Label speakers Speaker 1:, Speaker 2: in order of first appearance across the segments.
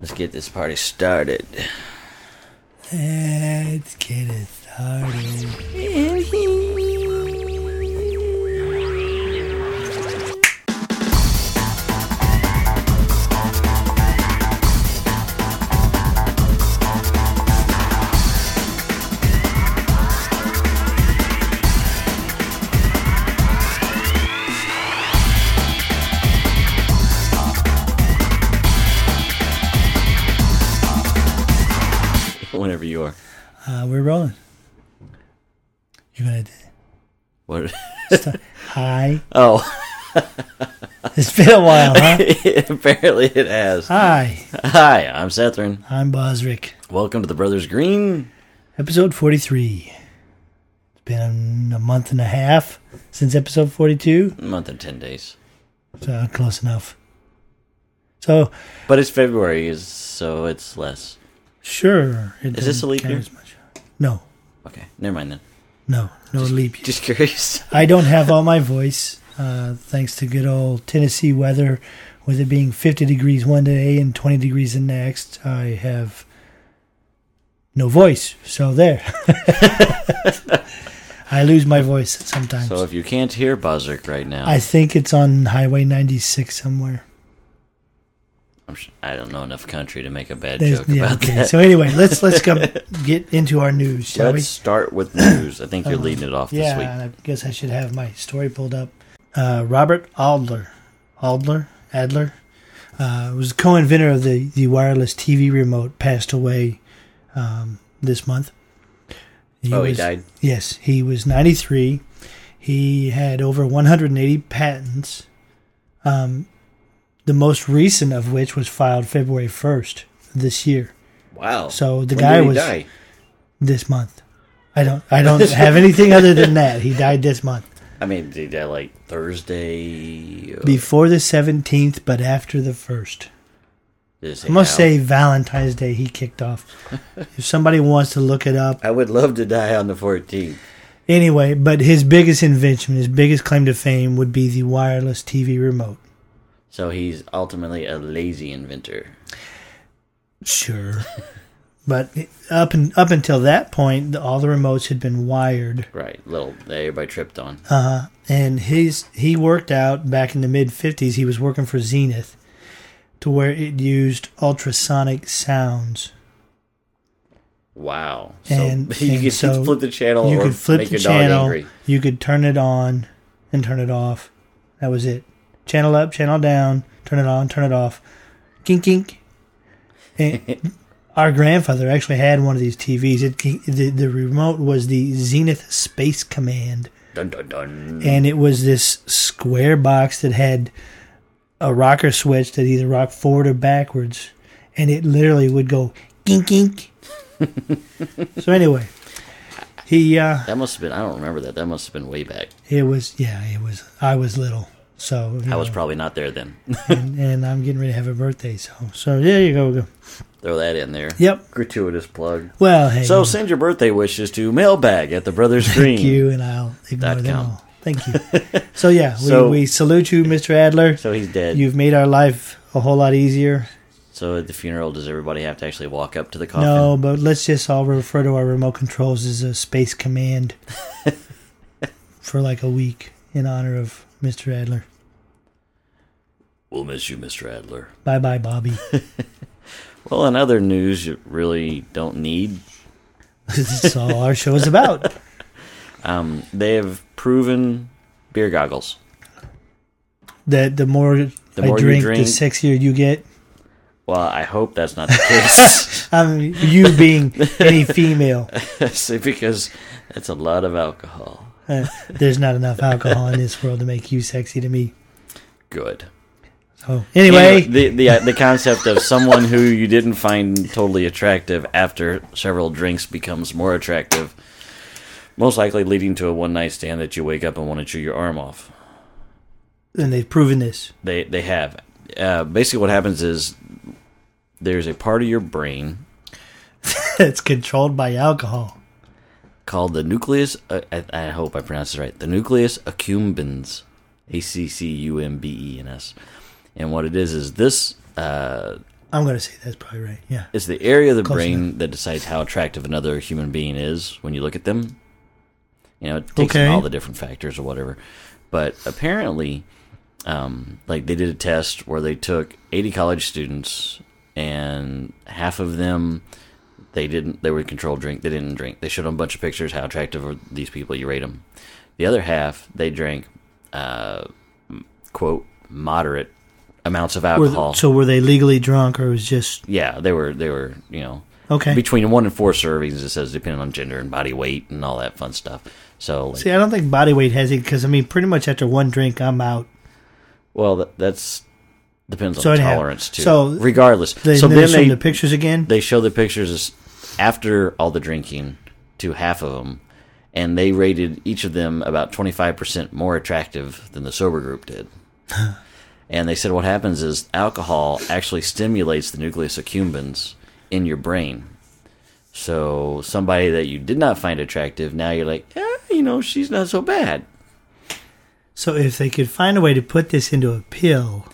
Speaker 1: Let's get this party started.
Speaker 2: Let's get it started.
Speaker 1: Whenever you are.
Speaker 2: Uh, we're rolling. You're gonna.
Speaker 1: What?
Speaker 2: Hi.
Speaker 1: Oh,
Speaker 2: It's been a while, huh?
Speaker 1: apparently it has.
Speaker 2: Hi.
Speaker 1: Hi, I'm Sethrin.
Speaker 2: I'm Bosrick.
Speaker 1: Welcome to the Brothers Green.
Speaker 2: Episode 43. It's been a month and a half since episode 42,
Speaker 1: A month and 10 days.
Speaker 2: so close enough. So,
Speaker 1: But it's February, is- so it's less.
Speaker 2: sure. It
Speaker 1: Is this
Speaker 2: doesn't
Speaker 1: a leap
Speaker 2: count
Speaker 1: year?
Speaker 2: as much. No.
Speaker 1: Okay, never mind then.
Speaker 2: No. No leap year.
Speaker 1: Just curious.
Speaker 2: I don't have all my voice, uh, thanks to good old Tennessee weather, with it being 50 degrees one day and 20 degrees the next. I have no voice, so there. I lose my voice sometimes.
Speaker 1: So if you can't hear Buzzerk right now,
Speaker 2: I think it's on Highway 96 somewhere.
Speaker 1: I'm sh- I don't know enough country to make a bad
Speaker 2: There's-
Speaker 1: joke
Speaker 2: yeah,
Speaker 1: about
Speaker 2: okay.
Speaker 1: that.
Speaker 2: So anyway, let's let's come get into our news, shall
Speaker 1: Let's
Speaker 2: we?
Speaker 1: start with news. I think you're leading it off this
Speaker 2: Um, Yeah,
Speaker 1: week.
Speaker 2: and I guess I should have my story pulled up. Uh, Robert Adler, Adler, Adler, uh, was the co-inventor of the the wireless TV remote. Passed away um, this month. He
Speaker 1: Oh, he
Speaker 2: was-
Speaker 1: died.
Speaker 2: Yes, he was 93. He had over 180 patents. Um, the most recent of which was filed February 1st this year.
Speaker 1: Wow.
Speaker 2: So the
Speaker 1: When
Speaker 2: guy
Speaker 1: did he
Speaker 2: was-
Speaker 1: die?
Speaker 2: This month. I don't. I don't have anything other than that. He died this month.
Speaker 1: I mean, did he die like Thursday? or
Speaker 2: Before the 17th, but after the 1st.
Speaker 1: did it
Speaker 2: I must
Speaker 1: how?
Speaker 2: say, Valentine's Day, he kicked off. if somebody wants to look it up.
Speaker 1: I would love to die on the 14th.
Speaker 2: Anyway, but his biggest invention, his biggest claim to fame would be the wireless TV remote.
Speaker 1: So he's ultimately a lazy inventor.
Speaker 2: Sure. but up and up until that point, the, all the remotes had been wired.
Speaker 1: Right. Little that everybody tripped on.
Speaker 2: Uh, and his he worked out back in the mid 50s. He was working for Zenith to where it used ultrasonic sounds.
Speaker 1: Wow. So
Speaker 2: And-
Speaker 1: you
Speaker 2: and
Speaker 1: could
Speaker 2: so
Speaker 1: flip the channel
Speaker 2: you
Speaker 1: or
Speaker 2: could flip
Speaker 1: make
Speaker 2: the
Speaker 1: your dog
Speaker 2: channel.
Speaker 1: angry.
Speaker 2: You could turn it on and turn it off. That was it. Channel up, channel down, turn it on, turn it off. Kink kink. And our grandfather actually had one of these TVs. It the, the remote was the Zenith Space Command,
Speaker 1: Dun dun dun.
Speaker 2: and it was this square box that had a rocker switch that either rocked forward or backwards, and it literally would go kink kink. so anyway, he uh,
Speaker 1: That must have been, I don't remember that. That must have been way back.
Speaker 2: it was yeah, it was. I was little, so you
Speaker 1: I was
Speaker 2: know,
Speaker 1: probably not there then.
Speaker 2: and, and I'm getting ready to have a birthday, so so there you go. go.
Speaker 1: Throw that in there.
Speaker 2: Yep.
Speaker 1: Gratuitous plug.
Speaker 2: Well, hey,
Speaker 1: So send your birthday wishes to mailbag at the Brothers Green.
Speaker 2: thank you, and I'll ignore
Speaker 1: Dot
Speaker 2: them
Speaker 1: com.
Speaker 2: all. Thank you. so yeah, we,
Speaker 1: So-
Speaker 2: we salute you, Mr. Adler.
Speaker 1: So he's dead.
Speaker 2: You've made our life a whole lot easier.
Speaker 1: so at the funeral, does everybody have to actually walk up to the coffin?
Speaker 2: No, but let's just all refer to our remote controls as a space command for like a week in honor of Mr. Adler.
Speaker 1: We'll miss you, Mr. Adler.
Speaker 2: Bye bye, Bobby.
Speaker 1: Well, in other news you really don't need,
Speaker 2: this is all our show is about.
Speaker 1: um, they have proven beer goggles.
Speaker 2: That the more, I
Speaker 1: more you
Speaker 2: drink,
Speaker 1: drink-
Speaker 2: the sexier you get.
Speaker 1: Well, I hope that's not the case,
Speaker 2: I mean, you being any female,
Speaker 1: See, because that's a lot of alcohol.
Speaker 2: Uh, there's not enough alcohol in this world to make you sexy to me.
Speaker 1: Good.
Speaker 2: So anyway,
Speaker 1: the the uh, the concept of someone who you didn't find totally attractive after several drinks becomes more attractive, most likely leading to a one night stand that you wake up and want to chew your arm off.
Speaker 2: and they've proven this.
Speaker 1: They they have. Uh, basically, what happens is there's a part of your brain
Speaker 2: it's controlled by alcohol.
Speaker 1: called the nucleus. Uh, I, I hope I pronounced it right. The nucleus accumbens, A C C U M B E N S. And what it is is this uh,
Speaker 2: I'm going to say that's probably right. Yeah.
Speaker 1: It's the area of the
Speaker 2: Close
Speaker 1: brain that decides how attractive another human being is when you look at them. You know, it takes in
Speaker 2: Okay.
Speaker 1: all the different factors or whatever. But apparently, um, like they did a test where they took 80 college students and half of them they didn't they were controlled drink they didn't drink they showed them a bunch of pictures how attractive are these people you rate them the other half they drank uh, m- quote moderate amounts of
Speaker 2: Were-
Speaker 1: alcohol
Speaker 2: so were they legally drunk or was just
Speaker 1: yeah they were they were you know
Speaker 2: okay?
Speaker 1: between one and four servings. It says depending on gender and body weight and all that fun stuff. So, like,
Speaker 2: See, I don't think body weight has it because I mean, pretty much after one drink, I'm out.
Speaker 1: well, that, that's depends on
Speaker 2: So anyhow,
Speaker 1: tolerance too.
Speaker 2: so
Speaker 1: regardless,
Speaker 2: They,
Speaker 1: so then they
Speaker 2: the pictures again.
Speaker 1: they show the pictures as- after all the drinking to half of them, and they rated each of them about twenty five percent more attractive than the sober group did. and they said what happens is alcohol actually stimulates the nucleus accumbens in your brain. So somebody that you did not find attractive, now you're like, eh, you know, she's not so bad.
Speaker 2: so if they could find a way to put this into a pill,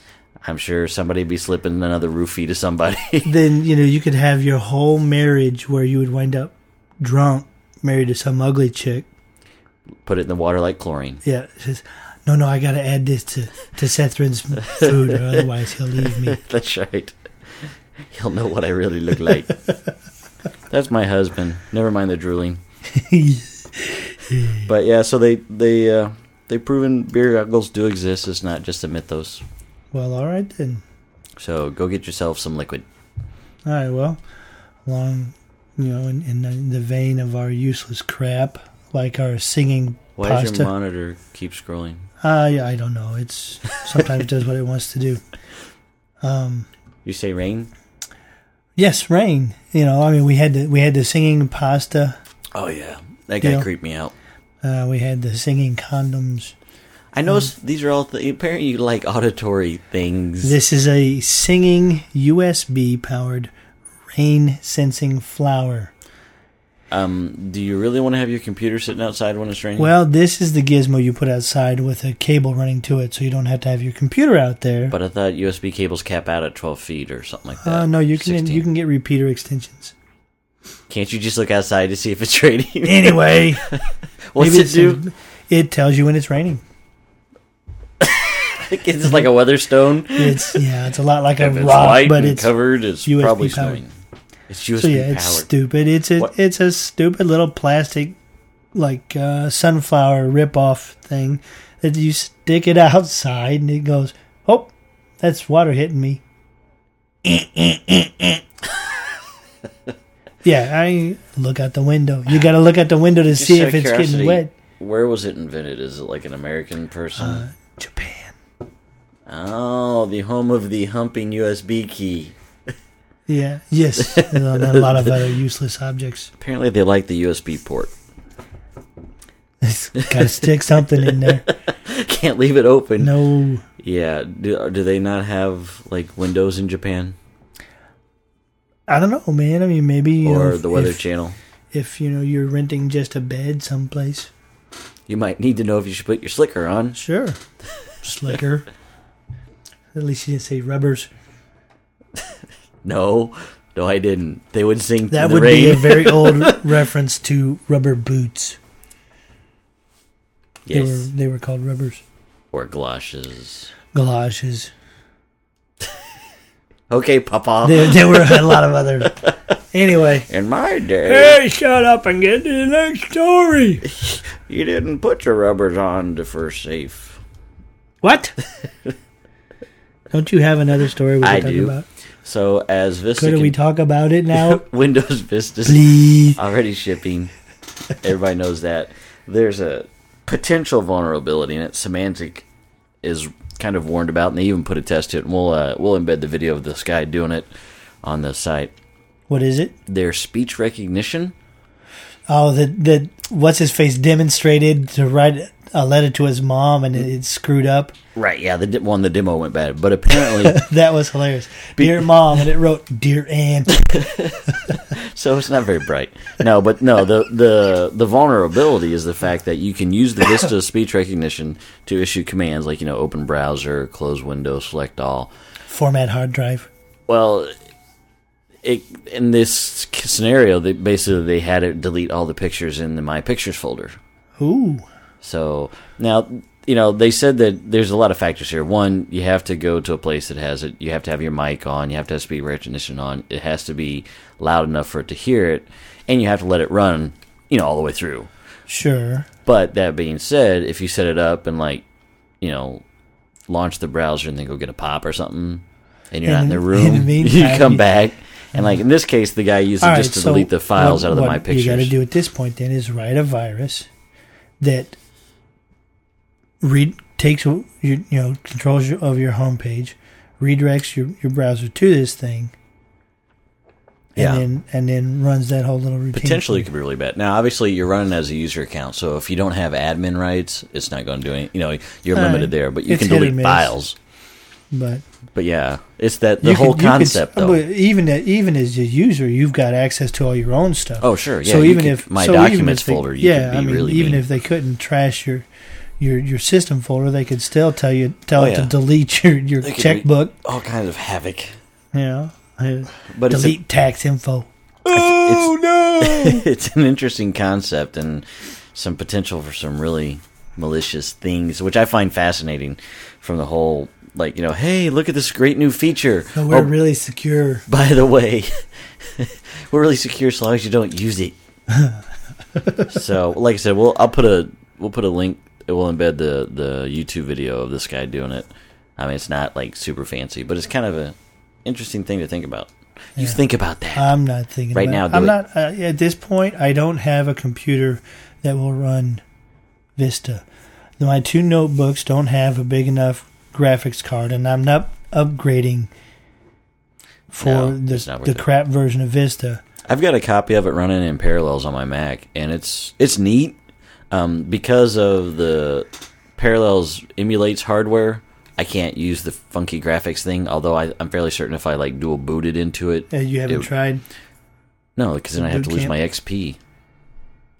Speaker 1: I'm sure somebody'd be slipping another roofie to somebody.
Speaker 2: then you know you could have your whole marriage where you would wind up drunk, married to some ugly chick.
Speaker 1: Put it in the water like chlorine.
Speaker 2: Yeah, it says, no, no, I got to add this to to Sethrin's food, or otherwise he'll leave me.
Speaker 1: That's right. He'll know what I really look like. That's my husband. Never mind the drooling. But yeah, so they they uh, they proven beer goggles do exist. It's not just a mythos.
Speaker 2: well, all right then.
Speaker 1: So go get yourself some liquid.
Speaker 2: All right, well, along you know in, in the- in the vein of our useless crap, like our singing
Speaker 1: Why does
Speaker 2: pasta.
Speaker 1: your monitor keep scrolling?
Speaker 2: Uh, yeah, I don't know. It's sometimes does what it wants to do. Um,
Speaker 1: You say rain?
Speaker 2: yes, rain. You know, I mean, we had the we had the singing pasta.
Speaker 1: Oh yeah, that guy
Speaker 2: Yeah.
Speaker 1: creeped me out.
Speaker 2: Uh, we had the singing condoms.
Speaker 1: I noticed these are all th- apparently you like auditory things.
Speaker 2: This is a singing USB powered rain sensing flower.
Speaker 1: um, do you really want to have your computer sitting outside when it's raining?
Speaker 2: Well, this is the gizmo you put outside with a cable running to it, so you don't have to have your computer out there.
Speaker 1: But I thought USB cables cap out at 12 feet or something like that.
Speaker 2: uh, no, you can
Speaker 1: 16.
Speaker 2: you can get repeater extensions.
Speaker 1: Can't you just look outside to see if it's raining?
Speaker 2: Anyway,
Speaker 1: What's
Speaker 2: maybe
Speaker 1: it do?
Speaker 2: it's- It tells you when it's raining.
Speaker 1: it's like a weather stone.
Speaker 2: It's yeah, it's a lot like a
Speaker 1: If it's
Speaker 2: rock,
Speaker 1: light
Speaker 2: but
Speaker 1: and
Speaker 2: it's
Speaker 1: covered, it's
Speaker 2: USB
Speaker 1: probably
Speaker 2: powered.
Speaker 1: snowing. It's USB
Speaker 2: So yeah,
Speaker 1: powered.
Speaker 2: it's stupid. It's a
Speaker 1: What-
Speaker 2: it's a stupid little plastic like uh, sunflower rip off thing that you stick it outside and it goes, oh, that's water hitting me. Eh, eh, eh, eh. yeah, I look out the window. You got to look out the window to
Speaker 1: Just
Speaker 2: see
Speaker 1: out
Speaker 2: if
Speaker 1: of
Speaker 2: it's getting
Speaker 1: curiosity,
Speaker 2: wet. Uh,
Speaker 1: Where was it invented? Is it like an American person?
Speaker 2: Japan.
Speaker 1: oh, the home of the humping USB key.
Speaker 2: Yeah. Yes. and a lot of other useless objects.
Speaker 1: Apparently, they like the USB port.
Speaker 2: got to stick something in there.
Speaker 1: Can't leave it open.
Speaker 2: No.
Speaker 1: Yeah. Do, do they not have like windows in Japan
Speaker 2: I don't know, man. I mean, maybe you
Speaker 1: or
Speaker 2: know,
Speaker 1: the Weather
Speaker 2: if-
Speaker 1: Channel?
Speaker 2: if you know you're renting just a bed someplace.
Speaker 1: You might need to know if you should put your slicker on.
Speaker 2: Sure. Slicker. At least you didn't say rubbers.
Speaker 1: No, no, I didn't. They would sing
Speaker 2: That
Speaker 1: in the
Speaker 2: would
Speaker 1: rain.
Speaker 2: be a very old reference to rubber boots. They were
Speaker 1: yes,
Speaker 2: they were called rubbers.
Speaker 1: or galoshes.
Speaker 2: Galoshes.
Speaker 1: Okay, Papa.
Speaker 2: There, there were a lot of other. Anyway.
Speaker 1: In my day,
Speaker 2: Hey, shut up and get to the next story.
Speaker 1: you didn't put your rubbers on to first safe.
Speaker 2: What? Don't you have another story we
Speaker 1: I
Speaker 2: can talk
Speaker 1: do.
Speaker 2: about?
Speaker 1: So as Vista
Speaker 2: Couldn't we
Speaker 1: con-
Speaker 2: talk about it now?
Speaker 1: Windows Vista's
Speaker 2: Please.
Speaker 1: already shipping, everybody knows that. There's a potential vulnerability in it. Semantic is kind of warned about, and they even put a test to it. And we'll uh, we'll embed the video of this guy doing it on the site.
Speaker 2: What is it?
Speaker 1: Their speech recognition
Speaker 2: Oh, that that what's his face demonstrated to write a letter to his mom, and it, it screwed up.
Speaker 1: Right, yeah, the di- one the demo went bad, but apparently,
Speaker 2: That was hilarious. Dear mom, and it wrote dear aunt.
Speaker 1: so it's not very bright. No, but no, the the the vulnerability is the fact that you can use the Vista speech recognition to issue commands like you know open browser, close window, select all.
Speaker 2: Format hard drive.
Speaker 1: Well, it, in this scenario, they, basically they had it delete all the pictures in the My Pictures folder.
Speaker 2: Ooh.
Speaker 1: So now, you know, they said that there's a lot of factors here. One, you have to go to a place that has it. You have to have your mic on. You have to have speed recognition on. It has to be loud enough for it to hear it, and you have to let it run, you know, all the way through.
Speaker 2: Sure.
Speaker 1: But that being said, if you set it up and like, you know, launch the browser and then go get a pop or something, and you're
Speaker 2: In
Speaker 1: not in
Speaker 2: the-
Speaker 1: the
Speaker 2: in the
Speaker 1: room,
Speaker 2: meantime,
Speaker 1: you come
Speaker 2: you-
Speaker 1: back. And like in this case, the guy used it
Speaker 2: All right,
Speaker 1: just to
Speaker 2: so
Speaker 1: delete the files
Speaker 2: what-
Speaker 1: out of the
Speaker 2: what
Speaker 1: my
Speaker 2: You got to
Speaker 1: pictures.
Speaker 2: do at this point then is write a virus that read takes your you know controls your, of your home page, redirects your, your browser to this thing, and
Speaker 1: Yeah.
Speaker 2: then and then runs that whole little routine.
Speaker 1: Potentially, it could be really bad. Now, obviously, you're running as a user account, so if you don't have admin rights, it's not going to do any. You know, you're
Speaker 2: All
Speaker 1: limited
Speaker 2: right.
Speaker 1: there, but you
Speaker 2: It's
Speaker 1: can
Speaker 2: hit or
Speaker 1: delete
Speaker 2: miss.
Speaker 1: files.
Speaker 2: but
Speaker 1: But yeah, it's that the
Speaker 2: you could-
Speaker 1: whole
Speaker 2: you could-
Speaker 1: concept though.
Speaker 2: But even that, even as a user, you've got access to all your own stuff.
Speaker 1: Oh, sure, yeah,
Speaker 2: so
Speaker 1: you
Speaker 2: even
Speaker 1: could-
Speaker 2: if
Speaker 1: my
Speaker 2: so even
Speaker 1: documents
Speaker 2: if they-
Speaker 1: folder, you could
Speaker 2: yeah,
Speaker 1: be
Speaker 2: I mean,
Speaker 1: really
Speaker 2: even
Speaker 1: mean.
Speaker 2: if they couldn't trash your your your system folder, they could still tell you tell
Speaker 1: Oh,
Speaker 2: it to
Speaker 1: yeah.
Speaker 2: delete your your
Speaker 1: They could re-
Speaker 2: checkbook.
Speaker 1: All kinds of havoc.
Speaker 2: yeah, Uh,
Speaker 1: But it's a-
Speaker 2: delete tax info.
Speaker 1: oh no! it's an interesting concept and some potential for some really malicious things, which I find fascinating. From the whole, like you know, hey, look at this great new feature.
Speaker 2: So we're
Speaker 1: Oh,
Speaker 2: really secure.
Speaker 1: by the way, we're really secure as long as you don't use it. so, like I said, we'll I'll put a we'll put a link. We'll embed the the YouTube video of this guy doing it. I mean, it's not like super fancy, but it's kind of a interesting thing to think about. You think about that.
Speaker 2: I'm not thinking
Speaker 1: Right
Speaker 2: about
Speaker 1: now,
Speaker 2: I'm
Speaker 1: do
Speaker 2: not uh, at this point. I don't have a computer that will run Vista. My two notebooks don't have a big enough graphics card, and I'm not upgrading for
Speaker 1: No,
Speaker 2: the
Speaker 1: it's not worth
Speaker 2: the
Speaker 1: it.
Speaker 2: crap version of Vista.
Speaker 1: I've got a copy of it running in Parallels on my Mac, and it's it's neat um, because of the Parallels emulates hardware. I can't use the funky graphics thing, although I, I'm fairly certain if I like dual booted into it,
Speaker 2: Uh, you haven't
Speaker 1: It-
Speaker 2: tried.
Speaker 1: no, because then I have to
Speaker 2: Boot
Speaker 1: lose
Speaker 2: camp?
Speaker 1: my XP.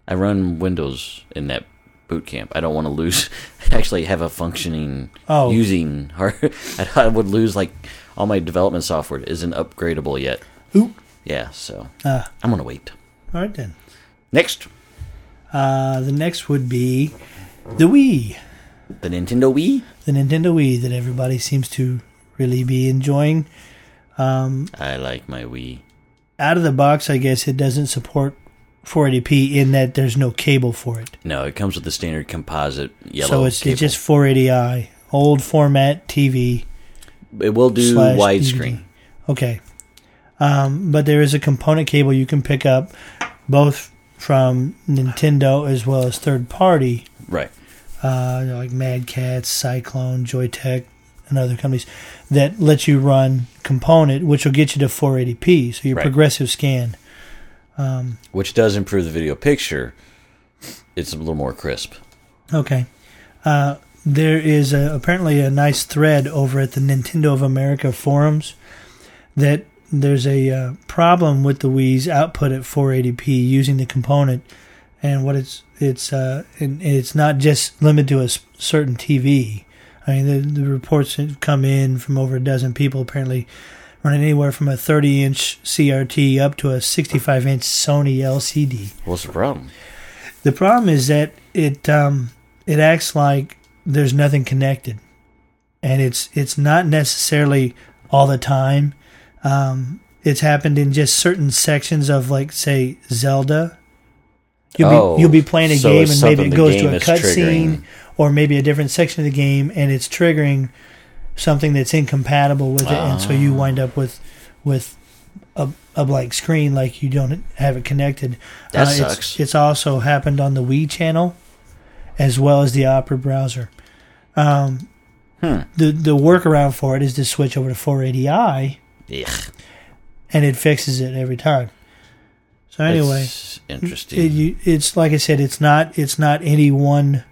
Speaker 1: I run Windows in that boot camp. I don't want to lose. I actually have a functioning
Speaker 2: Oh.
Speaker 1: using hard. I, I would lose like all my development software isn't upgradable yet.
Speaker 2: Oop.
Speaker 1: Yeah, so
Speaker 2: Ah,
Speaker 1: I'm gonna wait.
Speaker 2: all right then.
Speaker 1: Next,
Speaker 2: Uh, the next would be the Wii,
Speaker 1: the Nintendo Wii.
Speaker 2: the Nintendo Wii that everybody seems to really be enjoying. Um,
Speaker 1: I like my Wii.
Speaker 2: Out of the box, I guess it doesn't support 480p in that there's no cable for it.
Speaker 1: No, it comes with the standard composite yellow.
Speaker 2: so it's,
Speaker 1: cable.
Speaker 2: it's just 480i, old format TV.
Speaker 1: it will do
Speaker 2: slash E
Speaker 1: widescreen.
Speaker 2: Okay. Um, but there is a component cable you can pick up both from Nintendo as well as third party,
Speaker 1: Right.
Speaker 2: uh, you know, like Mad Cats, Cyclone, Joytech, and other companies that let you run component, which will get you to 480p. So your
Speaker 1: Right.
Speaker 2: progressive scan.
Speaker 1: Which does improve the video picture. It's a little more crisp.
Speaker 2: Okay. Uh, there is a, apparently a nice thread over at the Nintendo of America forums that there's a uh, problem with the Wii's output at 480p using the component, and what it's it's uh, and it's not just limited to a s- certain TV. I mean, the, the reports have come in from over a dozen people apparently running anywhere from a 30 inch CRT up to a 65 inch Sony LCD.
Speaker 1: What's the problem?
Speaker 2: The problem is that it um, it acts like there's nothing connected, and it's it's not necessarily all the time. Um, it's happened in just certain sections of like say Zelda. You'll be
Speaker 1: Oh,
Speaker 2: you'll be playing a
Speaker 1: so
Speaker 2: game
Speaker 1: it's
Speaker 2: and maybe
Speaker 1: something
Speaker 2: it
Speaker 1: the
Speaker 2: goes
Speaker 1: game
Speaker 2: to a
Speaker 1: is triggering.
Speaker 2: cutscene or maybe a different section of the game and it's triggering something that's incompatible with it, and so
Speaker 1: Ah.
Speaker 2: you wind up with with a, a blank screen like you don't have it connected. Uh,
Speaker 1: That
Speaker 2: it's-
Speaker 1: sucks.
Speaker 2: It's, also happened on the Wii channel as well as the Opera browser.
Speaker 1: Hmm.
Speaker 2: Um, The the workaround for it is to switch over to 480i,
Speaker 1: Ugh,
Speaker 2: and it fixes it every time. So anyway,
Speaker 1: That's interesting.
Speaker 2: it, you, it's like I said, it's not it's not any one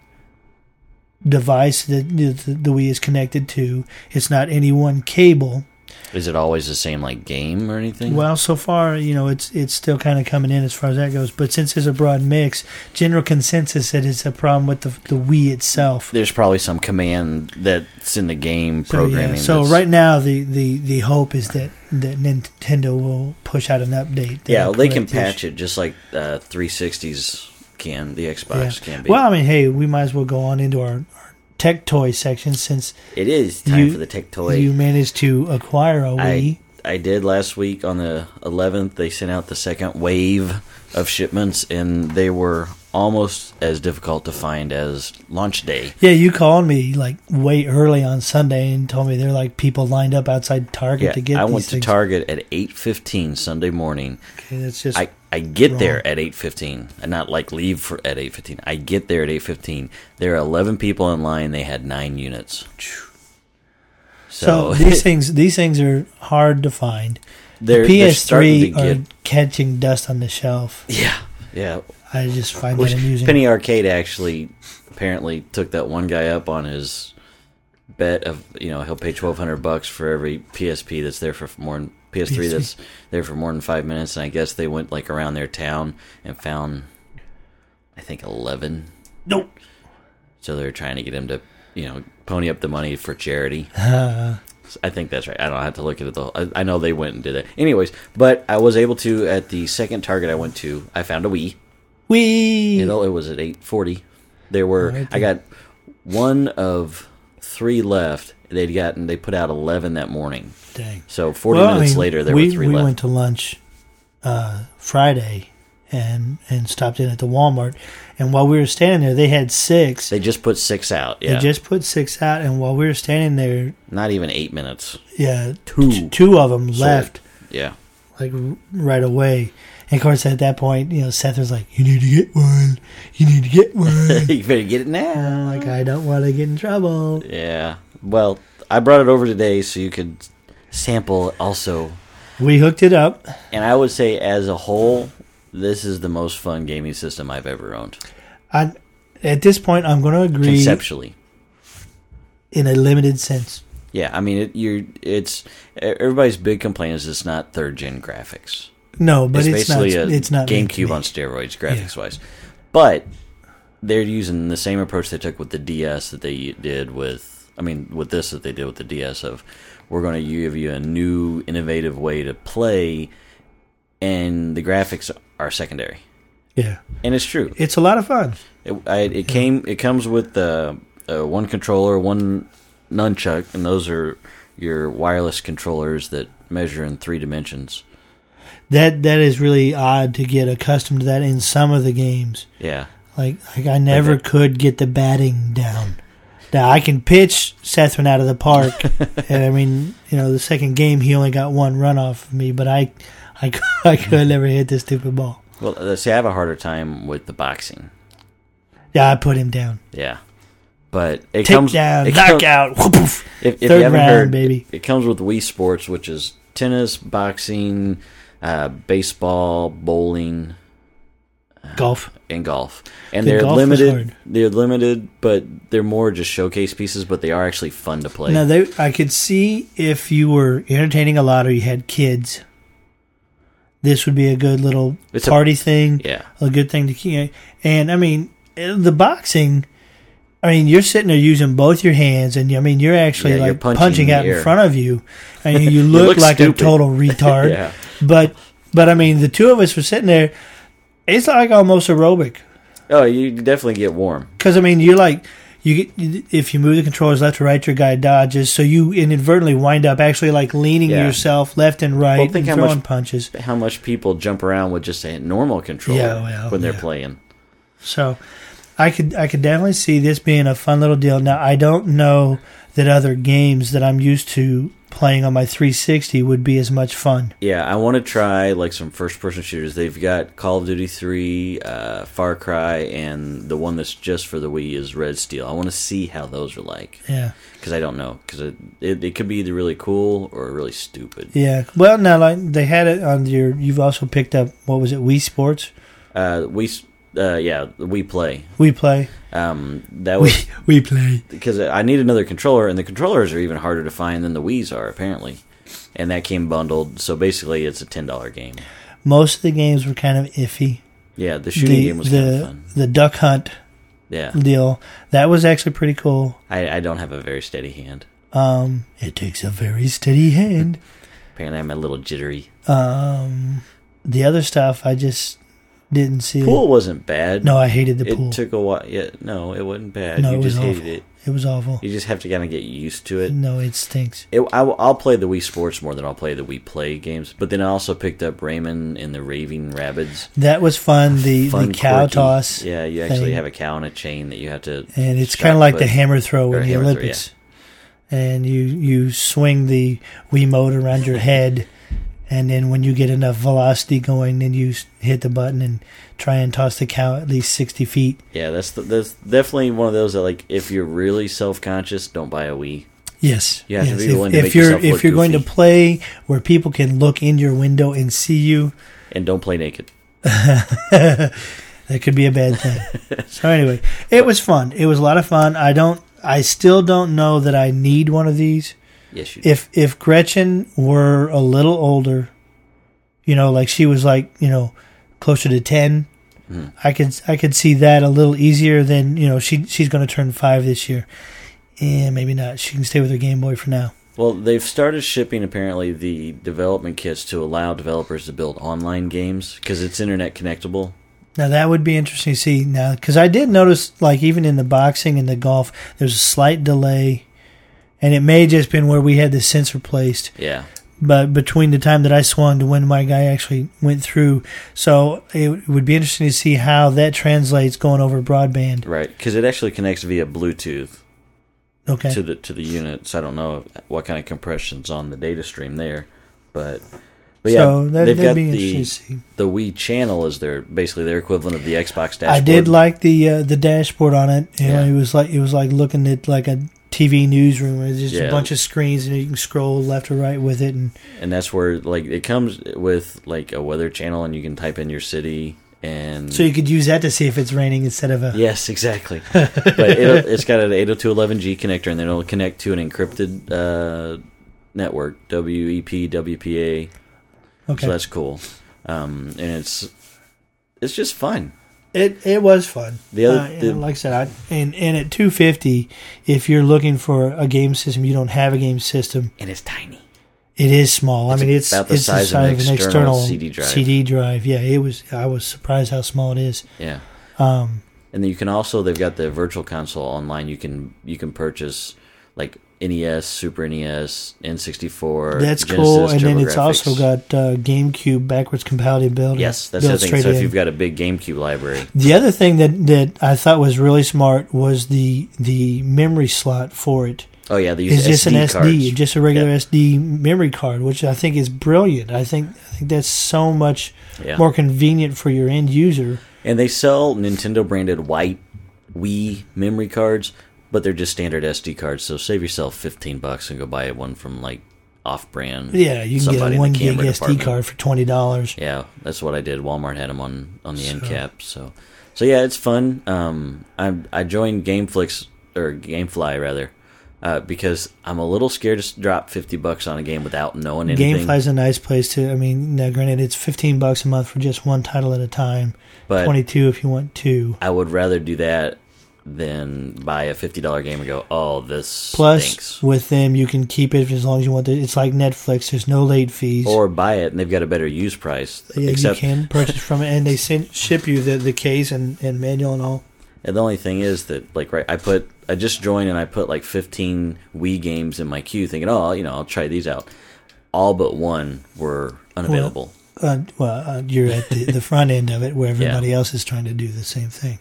Speaker 2: device that the, the Wii is connected to. It's not any one cable.
Speaker 1: Is it always the same like game or anything?
Speaker 2: Well, so far, you know, it's it's still kind of coming in as far as that goes. But since it's a broad mix, general consensus that it's a problem with the the Wii itself.
Speaker 1: There's probably some command that's in the game
Speaker 2: So, yeah,
Speaker 1: programming.
Speaker 2: so
Speaker 1: that's-
Speaker 2: right now, the, the, the hope is that that Nintendo will push out an update.
Speaker 1: yeah, they can patch it just like uh, 360s can, the Xbox can be.
Speaker 2: Well, I mean, hey, we might as well go on into our, our tech toy section since
Speaker 1: it is time
Speaker 2: you-
Speaker 1: for the tech toy.
Speaker 2: you managed to acquire a Wii.
Speaker 1: I I did last week on the 11th. They sent out the second wave of shipments, and they were almost as difficult to find as launch day.
Speaker 2: Yeah, you called me like way early on Sunday and told me there were like people lined up outside Target
Speaker 1: Yeah,
Speaker 2: to get
Speaker 1: I
Speaker 2: these
Speaker 1: went to
Speaker 2: things.
Speaker 1: Target at 8:15 Sunday morning.
Speaker 2: Okay, that's just
Speaker 1: I, I get there
Speaker 2: Wrong.
Speaker 1: at 8:15 and not like leave for at 8:15. I get there at 8:15. There are 11 people in line. They had 9 units.
Speaker 2: so
Speaker 1: So,
Speaker 2: these things these things are hard to find.
Speaker 1: they're, they're starting to
Speaker 2: PS3
Speaker 1: get
Speaker 2: are catching dust on the shelf.
Speaker 1: yeah. Yeah,
Speaker 2: I just find
Speaker 1: Which
Speaker 2: that amusing.
Speaker 1: Penny Arcade actually apparently took that one guy up on his bet of you know he'll pay twelve hundred bucks for every PSP that's there for more than PS3
Speaker 2: PSP.
Speaker 1: that's there for more than five minutes, and I guess they went like around their town and found I think eleven.
Speaker 2: nope.
Speaker 1: So they're trying to get him to you know pony up the money for charity. I think that's right. I don't have to look at it though. I, I know they went and did it. Anyways, but I was able to at the second Target I went to, I found a Wii.
Speaker 2: We
Speaker 1: You know, it was at eight forty. There were
Speaker 2: Alright,
Speaker 1: I got one of three left. They'd gotten they put out eleven that morning.
Speaker 2: dang.
Speaker 1: So forty
Speaker 2: Well, I
Speaker 1: minutes
Speaker 2: mean,
Speaker 1: later, there
Speaker 2: we,
Speaker 1: were three
Speaker 2: we
Speaker 1: left.
Speaker 2: went to lunch uh, Friday and and stopped in at the Walmart. And while we were standing there, they had six.
Speaker 1: they just put six out. Yeah,
Speaker 2: They just put six out, and while we were standing there,
Speaker 1: not even eight minutes.
Speaker 2: yeah,
Speaker 1: Two.
Speaker 2: t- two of them left
Speaker 1: Yeah,
Speaker 2: like r- right away. And of course, at that point, you know, Seth was like, "You need to get one. You need to get one."
Speaker 1: you better get it
Speaker 2: And
Speaker 1: now.
Speaker 2: I'm like, "I don't want to get in trouble."
Speaker 1: Yeah. Well, I brought it over today so you could sample also.
Speaker 2: We hooked it up.
Speaker 1: And I would say, as a whole, this is the most fun gaming system I've ever owned
Speaker 2: I, at this point, I'm going to agree
Speaker 1: conceptually.
Speaker 2: in a limited sense.
Speaker 1: Yeah, I mean, it, you're it's e, everybody's big complaint is it's not third gen graphics.
Speaker 2: No, but
Speaker 1: it's,
Speaker 2: it's, not.
Speaker 1: basically a
Speaker 2: It's not meant to
Speaker 1: GameCube
Speaker 2: be.
Speaker 1: on steroids, graphics wise. But they're using the same approach they took with the DS that they did with, I mean, with this that they did with the DS of, we're going to give you a new, innovative way to play, and the graphics are secondary.
Speaker 2: Yeah,
Speaker 1: And it's true.
Speaker 2: it's a lot of fun.
Speaker 1: It, I, it came. It comes with uh, uh, one controller, one nunchuck, and those are your wireless controllers that measure in three dimensions.
Speaker 2: That that is really odd to get accustomed to that in some of the games.
Speaker 1: Yeah,
Speaker 2: Like, like I never
Speaker 1: that-
Speaker 2: could get the batting down. Now I can pitch Sethman out of the park, and I mean, you know, the second game he only got one run off of me, but I, I, could- I could never hit this stupid ball.
Speaker 1: Well, uh, see, I have a harder time with the boxing.
Speaker 2: Yeah, I put him down.
Speaker 1: Yeah, but it comes
Speaker 2: Takedown,
Speaker 1: it comes-
Speaker 2: knockout, whoop, poof.
Speaker 1: If, if
Speaker 2: Third
Speaker 1: you haven't
Speaker 2: round,
Speaker 1: heard,
Speaker 2: baby.
Speaker 1: it comes with Wii Sports, which is tennis, boxing, uh, baseball, bowling,
Speaker 2: golf.
Speaker 1: and golf. And
Speaker 2: The
Speaker 1: they're
Speaker 2: golf was hard.
Speaker 1: limited. They're limited, but they're more just showcase pieces. But they are actually fun to play.
Speaker 2: Now they, I could see if you were entertaining a lot or you had kids, this would be a good little
Speaker 1: It's a-
Speaker 2: party thing.
Speaker 1: yeah.
Speaker 2: a good thing to keep. And I mean, eh, the boxing. I mean, you're sitting there using both your hands, and I mean, you're actually
Speaker 1: Yeah,
Speaker 2: like
Speaker 1: you're
Speaker 2: punching,
Speaker 1: punching the
Speaker 2: out in
Speaker 1: air.
Speaker 2: front of you, and you look,
Speaker 1: look
Speaker 2: like
Speaker 1: stupid.
Speaker 2: a total retard.
Speaker 1: Yeah.
Speaker 2: But but I mean, the two of us were sitting there. It's like almost aerobic
Speaker 1: Oh, you definitely get warm.
Speaker 2: because I mean, you're like you get you- if you move the controllers left to right, your guy dodges, so you inadvertently wind up actually like leaning
Speaker 1: Yeah.
Speaker 2: yourself left and right,
Speaker 1: think
Speaker 2: and
Speaker 1: how much-
Speaker 2: throwing punches.
Speaker 1: How much people jump around with just a normal controller
Speaker 2: Yeah, well,
Speaker 1: when they're
Speaker 2: yeah.
Speaker 1: playing.
Speaker 2: So I could I could definitely see this being a fun little deal. Now I don't know that other games that I'm used to playing on my 360 would be as much fun.
Speaker 1: Yeah, I want to try like some first-person shooters. They've got Call of Duty Three, uh, Far Cry, and the one that's just for the Wii is Red Steel. I want to see how those are like
Speaker 2: Yeah.
Speaker 1: because I don't know because it, it it could be either really cool or really stupid.
Speaker 2: Yeah. Well, now like they had it on your you've also picked up what was it? Wii Sports?
Speaker 1: Uh, we s- uh, yeah we play.
Speaker 2: We play.
Speaker 1: Um, that was
Speaker 2: we play.
Speaker 1: because I need another controller, and the controllers are even harder to find than the Wii's are apparently. And that came bundled, so basically it's a ten dollar game.
Speaker 2: Most of the games were kind of iffy.
Speaker 1: Yeah, the shooting
Speaker 2: the
Speaker 1: game was kind of
Speaker 2: the
Speaker 1: fun.
Speaker 2: the duck hunt
Speaker 1: Yeah,
Speaker 2: deal that was actually pretty cool.
Speaker 1: I, I don't have a very steady hand.
Speaker 2: Um, it takes a very steady hand.
Speaker 1: Apparently, I'm a little jittery.
Speaker 2: Um, the other stuff I just didn't see.
Speaker 1: Pool wasn't bad.
Speaker 2: No, I hated the
Speaker 1: it
Speaker 2: pool.
Speaker 1: took a while. Yeah, no, it wasn't bad.
Speaker 2: no,
Speaker 1: you
Speaker 2: it was
Speaker 1: just
Speaker 2: awful.
Speaker 1: hated it.
Speaker 2: It was awful.
Speaker 1: You just have to kind of get used to it.
Speaker 2: No, it stinks.
Speaker 1: it I, will play the Wii Sports more than I'll play the Wii Play games. But then I also picked up Raymond and the Raving Rabbids.
Speaker 2: That was fun. The the cow
Speaker 1: quirky-
Speaker 2: toss.
Speaker 1: Yeah, you actually
Speaker 2: thing.
Speaker 1: have a cow on a chain that you have to.
Speaker 2: and it's
Speaker 1: shot
Speaker 2: kind of like the
Speaker 1: put.
Speaker 2: hammer throw
Speaker 1: or
Speaker 2: in the
Speaker 1: hammer throw,
Speaker 2: Olympics. And you you swing the Wiimote around your head, and then when you get enough velocity going, then you s- hit the button and try and toss the cow at least sixty feet.
Speaker 1: Yeah, that's the, that's definitely one of those that like if you're really self conscious, don't buy a Wii.
Speaker 2: Yes,
Speaker 1: You have to
Speaker 2: yes.
Speaker 1: be
Speaker 2: if,
Speaker 1: willing to
Speaker 2: if
Speaker 1: make
Speaker 2: you're
Speaker 1: yourself
Speaker 2: if
Speaker 1: look
Speaker 2: you're going to
Speaker 1: goofy.
Speaker 2: play where people can look in your window and see you,
Speaker 1: and don't play naked.
Speaker 2: that could be a bad thing. so anyway, it was fun. It was a lot of fun. I don't. I still don't know that I need one of these.
Speaker 1: Yes, you.
Speaker 2: if if Gretchen were a little older, you know, like she was like you know closer to 10 I could I could see that a little easier than you know she she's going to turn five this year, and maybe not. She can stay with her Game Boy for now.
Speaker 1: Well, they've started shipping apparently the development kits to allow developers to build online games because it's internet connectable.
Speaker 2: Now that would be interesting to see now because I did notice like even in the boxing and the golf, there's a slight delay, and it may have just been where we had the sensor placed.
Speaker 1: Yeah,
Speaker 2: but between the time that I swung to when my guy actually went through, so it would be interesting to see how that translates going over broadband.
Speaker 1: right. Because it actually connects via Bluetooth
Speaker 2: Okay,
Speaker 1: to the to the unit. So I don't know what kind of compression's on the data stream there, but but yeah,
Speaker 2: so that,
Speaker 1: they've
Speaker 2: that'd
Speaker 1: got
Speaker 2: be interesting
Speaker 1: the
Speaker 2: to see.
Speaker 1: the Wii channel is their basically their equivalent of the Xbox dashboard.
Speaker 2: I did like the uh, the dashboard on it. You know,
Speaker 1: Yeah.
Speaker 2: it was like it was like looking at like a TV newsroom. where There's just a
Speaker 1: Yeah.
Speaker 2: bunch of screens and you can scroll left or right with it. And
Speaker 1: and that's where like it comes with like a weather channel, and you can type in your city and
Speaker 2: so you could use that to see if it's raining instead of a.
Speaker 1: Yes, exactly. but it'll, it's got an 802.11g connector, and then it'll connect to an encrypted uh, network, E WEP, WPA.
Speaker 2: Okay,
Speaker 1: So that's cool. Um, and it's it's just fun.
Speaker 2: It it was fun.
Speaker 1: The other-
Speaker 2: Uh, and
Speaker 1: the-
Speaker 2: like I said, I, and and at two fifty, if you're looking for a game system, you don't have a game system.
Speaker 1: And it's tiny.
Speaker 2: It is small. I mean, it's
Speaker 1: about the
Speaker 2: it's
Speaker 1: size
Speaker 2: the size of an external,
Speaker 1: CD drive.
Speaker 2: CD drive. Yeah, it was. I was surprised how small it is.
Speaker 1: Yeah.
Speaker 2: Um,
Speaker 1: And then you can also they've got the virtual console online. You can you can purchase like NES, Super E NES, N64.
Speaker 2: that's
Speaker 1: Genesis,
Speaker 2: cool. And then it's
Speaker 1: TurboGrafx.
Speaker 2: also got uh, GameCube backwards compatibility.
Speaker 1: yes, that's the
Speaker 2: built
Speaker 1: thing.
Speaker 2: straight
Speaker 1: So if
Speaker 2: in.
Speaker 1: you've got a big GameCube library,
Speaker 2: The other thing that that I thought was really smart was the the memory slot for it.
Speaker 1: oh yeah, they use
Speaker 2: Is just an
Speaker 1: SD
Speaker 2: SD,
Speaker 1: cards.
Speaker 2: just a regular
Speaker 1: Yeah.
Speaker 2: SD memory card, which I think is brilliant. I think I think that's so much
Speaker 1: Yeah.
Speaker 2: more convenient for your end user.
Speaker 1: And they sell Nintendo branded white Wii memory cards, but they're just standard SD cards. So save yourself fifteen bucks and go buy one from like off brand.
Speaker 2: Yeah, you can get a one gig SD
Speaker 1: department.
Speaker 2: card for twenty dollars.
Speaker 1: Yeah, that's what I did. Walmart had them on on the end cap. So, so yeah, it's fun. Um, I I joined GameFlix or GameFly rather. Uh, because I'm a little scared to s- drop fifty bucks on a game without knowing anything.
Speaker 2: GameFly's a nice place to. I mean, now granted, it's fifteen bucks a month for just one title at a time.
Speaker 1: But-
Speaker 2: Twenty two if you want two.
Speaker 1: I would rather do that than buy a fifty dollar game and go, "Oh, this
Speaker 2: Plus,
Speaker 1: stinks."
Speaker 2: with them, you can keep it as long as you want. It. It's like Netflix. There's no late fees.
Speaker 1: or buy it and they've got a better use price.
Speaker 2: yeah,
Speaker 1: Except
Speaker 2: you can purchase from it, and they send, ship you the, the case and, and manual and all.
Speaker 1: and the only thing is that like right, I put I just joined and I put like 15 Wii games in my queue, thinking, oh, you know, I'll try these out. All but one were unavailable.
Speaker 2: uh, well, uh, you're at the, the front end of it where everybody else is trying to do the same thing.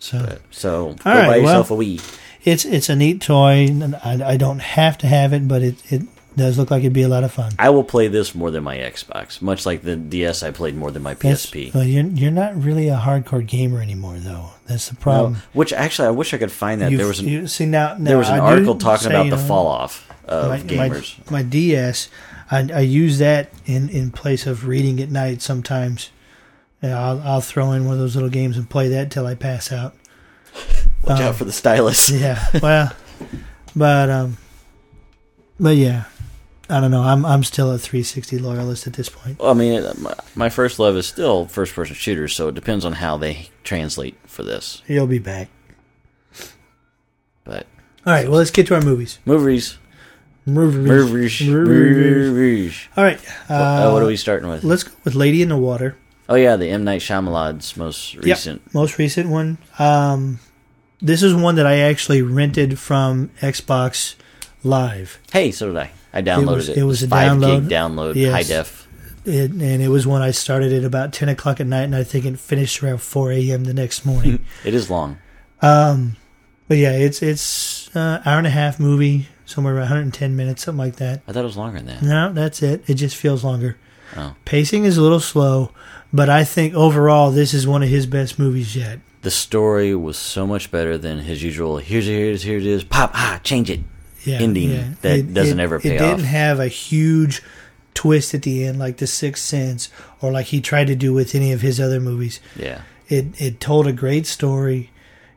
Speaker 2: So
Speaker 1: so go
Speaker 2: right,
Speaker 1: buy yourself
Speaker 2: well-
Speaker 1: a Wii.
Speaker 2: it's it's a neat toy. And I, I don't have to have it, but it, it does look like it'd be a lot of fun.
Speaker 1: I will play this more than my Xbox, much like the DS. I played more than my
Speaker 2: That's-
Speaker 1: PSP.
Speaker 2: Well, you're you're not really a hardcore gamer anymore, though. That's the
Speaker 1: Oh,
Speaker 2: problem.
Speaker 1: which actually, I wish I could find that
Speaker 2: You've-
Speaker 1: there was an
Speaker 2: you, see now, now
Speaker 1: there was an
Speaker 2: I do
Speaker 1: article talking
Speaker 2: say,
Speaker 1: about
Speaker 2: you
Speaker 1: the
Speaker 2: know,
Speaker 1: fall off of
Speaker 2: my,
Speaker 1: gamers.
Speaker 2: My, my DS, I, I use that in, in place of reading at night sometimes. And I'll I'll throw in one of those little games and play that till I pass out. Um,
Speaker 1: Watch out for the stylus.
Speaker 2: Yeah. Well, but um, but yeah, I don't know. I'm I'm still a 360 loyalist at this point.
Speaker 1: Well, I mean, it- my- my first love is still first person shooters, so it depends on how they translate for this.
Speaker 2: You'll be back.
Speaker 1: But
Speaker 2: All right. Well, let's get to our movies.
Speaker 1: movies, Rouge,
Speaker 2: Merv-
Speaker 1: rouge,
Speaker 2: Rouge.
Speaker 1: rouge.
Speaker 2: All right. Uh,
Speaker 1: Uh, what are we starting with?
Speaker 2: Let's go with Lady in the Water.
Speaker 1: Oh yeah, the M Night Shyamalan's most recent.
Speaker 2: Yep, most recent one. Um, this is one that I actually rented from Xbox Live,
Speaker 1: Hey, so did I. I downloaded it.
Speaker 2: was- it was a
Speaker 1: five
Speaker 2: download.
Speaker 1: gig download,
Speaker 2: Yes.
Speaker 1: high def.
Speaker 2: it, and it was one I started at about ten o'clock at night, and I think it finished around four a.m. the next morning.
Speaker 1: It is long.
Speaker 2: um, but yeah, it's it's uh, hour and a half movie, somewhere around one hundred and ten minutes, something like that.
Speaker 1: I thought it was longer than that.
Speaker 2: No, that's it. It just feels longer.
Speaker 1: Oh.
Speaker 2: Pacing is a little slow, but I think overall this is one of his best movies yet.
Speaker 1: The story was so much better than his usual. Here's it, here's it, here it is. Pop, ah, change it.
Speaker 2: yeah,
Speaker 1: ending that doesn't
Speaker 2: it,
Speaker 1: ever pay
Speaker 2: It
Speaker 1: off.
Speaker 2: didn't have a huge twist at the end like The Sixth Sense or like he tried to do with any of his other movies.
Speaker 1: Yeah,
Speaker 2: It it told a great story.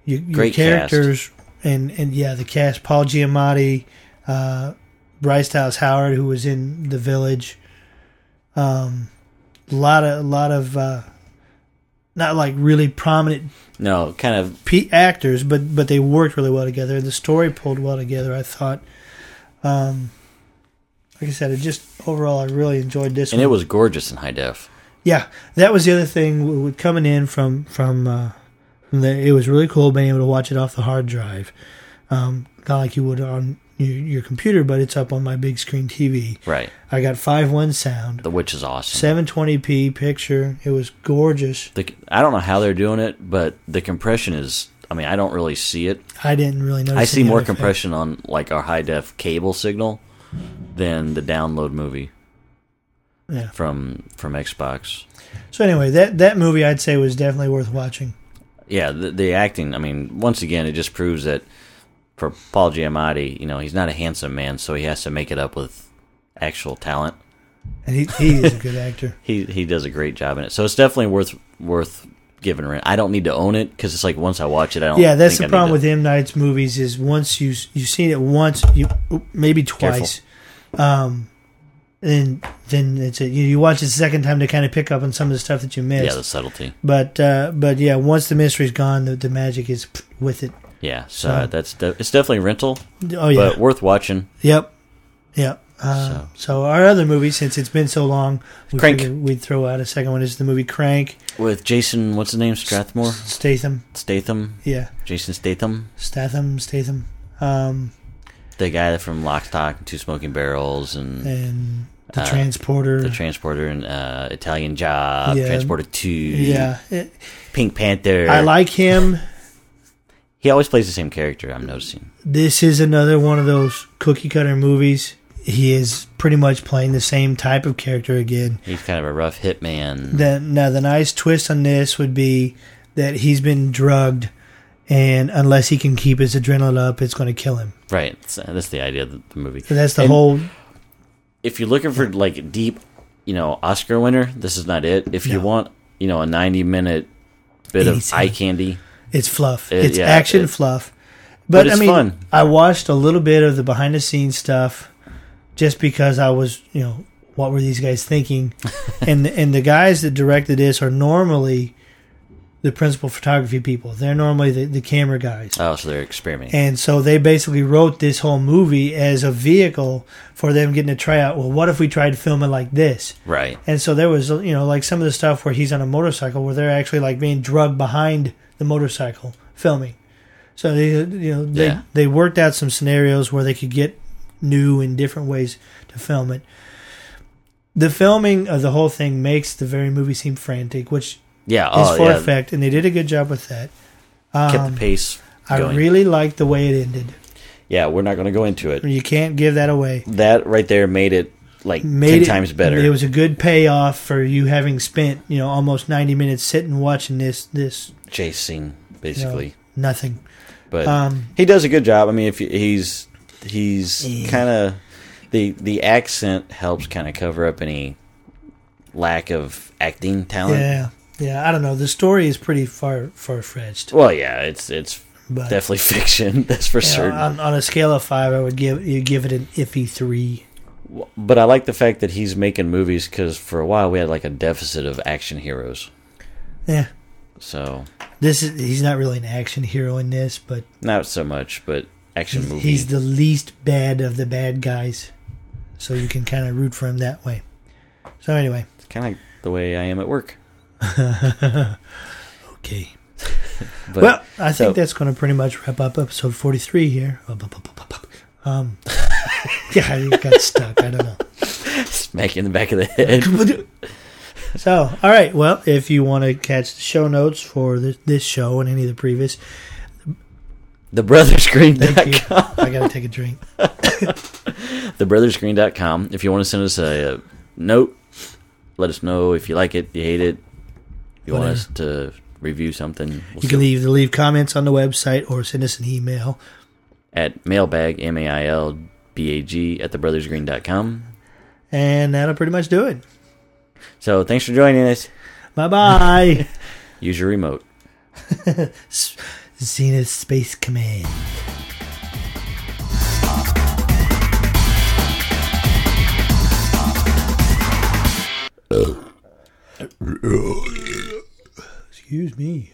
Speaker 2: You,
Speaker 1: Great
Speaker 2: your
Speaker 1: cast.
Speaker 2: characters and and yeah, the cast: Paul Giamatti, uh, Bryce Dallas Howard, who was in The Village. Um, a lot of a lot of uh, not like really prominent
Speaker 1: no, kind of
Speaker 2: pe- actors, but but they worked really well together. The story pulled well together. I thought, um, like I said, it just overall I really enjoyed this.
Speaker 1: and
Speaker 2: one.
Speaker 1: it was gorgeous in high def.
Speaker 2: yeah, that was the other thing w- with coming in from from uh, from the, it was really cool being able to watch it off the hard drive, um, not like you would on your, your computer, but it's up on my big screen TV.
Speaker 1: Right,
Speaker 2: I got five one sound,
Speaker 1: the witch is awesome.
Speaker 2: seven twenty p picture. It was gorgeous.
Speaker 1: The, I don't know how they're doing it, but the compression is. I mean, I don't really see it.
Speaker 2: I didn't really notice.
Speaker 1: I see
Speaker 2: any
Speaker 1: more
Speaker 2: other effect.
Speaker 1: compression on like our high def cable signal than the download movie
Speaker 2: Yeah.
Speaker 1: from from Xbox.
Speaker 2: So anyway, that that movie I'd say was definitely worth watching.
Speaker 1: Yeah, the, the acting. I mean, once again, it just proves that for Paul Giamatti, you know, he's not a handsome man, so he has to make it up with actual talent.
Speaker 2: And he, he is a good actor.
Speaker 1: He he does a great job in it, so it's definitely worth worth giving rent. I don't need to own it because it's like once I watch it, I don't.
Speaker 2: Yeah, that's the
Speaker 1: think I need
Speaker 2: problem
Speaker 1: to-
Speaker 2: with M Night's movies is once you you've seen it once, you oop, maybe twice, um, and then it's a, you, you watch it the second time to kind of pick up on some of the stuff that you missed.
Speaker 1: yeah the subtlety.
Speaker 2: But uh, but yeah, once the mystery's gone, the, the magic is pff, with it.
Speaker 1: Yeah, so,
Speaker 2: So-
Speaker 1: that's de- it's definitely rental,
Speaker 2: Oh yeah,
Speaker 1: but worth watching.
Speaker 2: yep, yep.
Speaker 1: So.
Speaker 2: Uh, so. our other movie, since it's been so long, we
Speaker 1: Crank.
Speaker 2: figured we'd throw out a second one. Is the movie Crank
Speaker 1: With Jason, what's his name? Strathmore,
Speaker 2: Statham?
Speaker 1: Statham,
Speaker 2: Yeah,
Speaker 1: Jason Statham,
Speaker 2: Statham, Statham, um,
Speaker 1: the guy from Lock, Stock, and Two Smoking Barrels, and
Speaker 2: and the
Speaker 1: Uh,
Speaker 2: Transporter.
Speaker 1: The Transporter and uh, Italian Job,
Speaker 2: Yeah.
Speaker 1: Transporter Two,
Speaker 2: yeah, it-
Speaker 1: Pink Panther.
Speaker 2: I like him.
Speaker 1: He always plays the same character. I'm noticing.
Speaker 2: This is another one of those cookie cutter movies. He is pretty much playing the same type of character again.
Speaker 1: He's kind of a rough hitman.
Speaker 2: The, now, the nice twist on this would be that he's been drugged, and unless he can keep his adrenaline up, it's going to kill him.
Speaker 1: right. That's, that's the idea of the, the movie.
Speaker 2: So that's the
Speaker 1: And
Speaker 2: whole.
Speaker 1: If you're looking for like deep, you know, Oscar winner, this is not it. If you
Speaker 2: No.
Speaker 1: want, you know, a 90 minute bit of
Speaker 2: Easy.
Speaker 1: eye candy,
Speaker 2: It's fluff.
Speaker 1: It-
Speaker 2: it's
Speaker 1: yeah,
Speaker 2: action
Speaker 1: it-
Speaker 2: fluff.
Speaker 1: but
Speaker 2: But, I
Speaker 1: it's
Speaker 2: mean,
Speaker 1: fun.
Speaker 2: I watched a little bit of the behind the scenes stuff just because I was, you know, what were these guys thinking? and and the guys that directed this are normally the principal photography people. They're normally the, the camera guys.
Speaker 1: Oh, so they're experimenting.
Speaker 2: And so they basically wrote this whole movie as a vehicle for them getting a tryout. Well, what if we tried filming like this?
Speaker 1: right.
Speaker 2: And so there was, you know, like some of the stuff where he's on a motorcycle where they're actually like being drugged behind the motorcycle filming. So they, you know, they,
Speaker 1: Yeah.
Speaker 2: they worked out some scenarios where they could get new and different ways to film it. The filming of the whole thing makes the very movie seem frantic, which
Speaker 1: Yeah.
Speaker 2: is
Speaker 1: Oh,
Speaker 2: for
Speaker 1: yeah.
Speaker 2: effect, and they did a good job with that.
Speaker 1: Kept the pace
Speaker 2: um, I
Speaker 1: going.
Speaker 2: really liked the way it ended.
Speaker 1: yeah, we're not going to go into it.
Speaker 2: You can't give that away.
Speaker 1: That right there made it like
Speaker 2: Made
Speaker 1: 10
Speaker 2: it,
Speaker 1: times better.
Speaker 2: It was a good payoff for you having spent, you know, almost ninety minutes sitting watching this this
Speaker 1: chasing,
Speaker 2: you know,
Speaker 1: basically.
Speaker 2: nothing.
Speaker 1: But
Speaker 2: Um,
Speaker 1: he does a good job. I mean, if you- he's he's kind of the the accent helps kind of cover up any lack of acting talent.
Speaker 2: yeah, yeah. I don't know. The story is pretty far far fetched,
Speaker 1: Well, yeah, it's it's
Speaker 2: but
Speaker 1: definitely fiction. That's for
Speaker 2: you know,
Speaker 1: certain.
Speaker 2: on, on a scale of five, I would give you give it an iffy three.
Speaker 1: but I like the fact that he's making movies because for a while we had like a deficit of action heroes.
Speaker 2: Yeah,
Speaker 1: So
Speaker 2: this is he's not really an action hero in this, but
Speaker 1: not so much, but action movie.
Speaker 2: He's the least bad of the bad guys, so you can kind of root for him that way. So anyway,
Speaker 1: it's kind of like the way I am at work.
Speaker 2: okay.
Speaker 1: But
Speaker 2: well, I think
Speaker 1: so-
Speaker 2: that's going to pretty much wrap up episode forty-three here. Um, yeah, I got stuck. I don't know.
Speaker 1: smack you in the back of the head.
Speaker 2: So, all right. Well, if you want to catch the show notes for this, this show and any of the previous, thank you.
Speaker 1: TheBrotherscreen.com.
Speaker 2: I got to take a drink.
Speaker 1: TheBrotherscreen.com. If you want to send us a, uh note, let us know if you like it, you hate it, you want us to review something. We'll
Speaker 2: You can
Speaker 1: see-
Speaker 2: leave leave comments on the website or send us an email.
Speaker 1: at mailbag, M A I L B A G, at TheBrothersgreen.com.
Speaker 2: And that'll pretty much do it.
Speaker 1: So thanks for joining us.
Speaker 2: Bye bye.
Speaker 1: Use your remote.
Speaker 2: Zenith Space Command. Excuse me.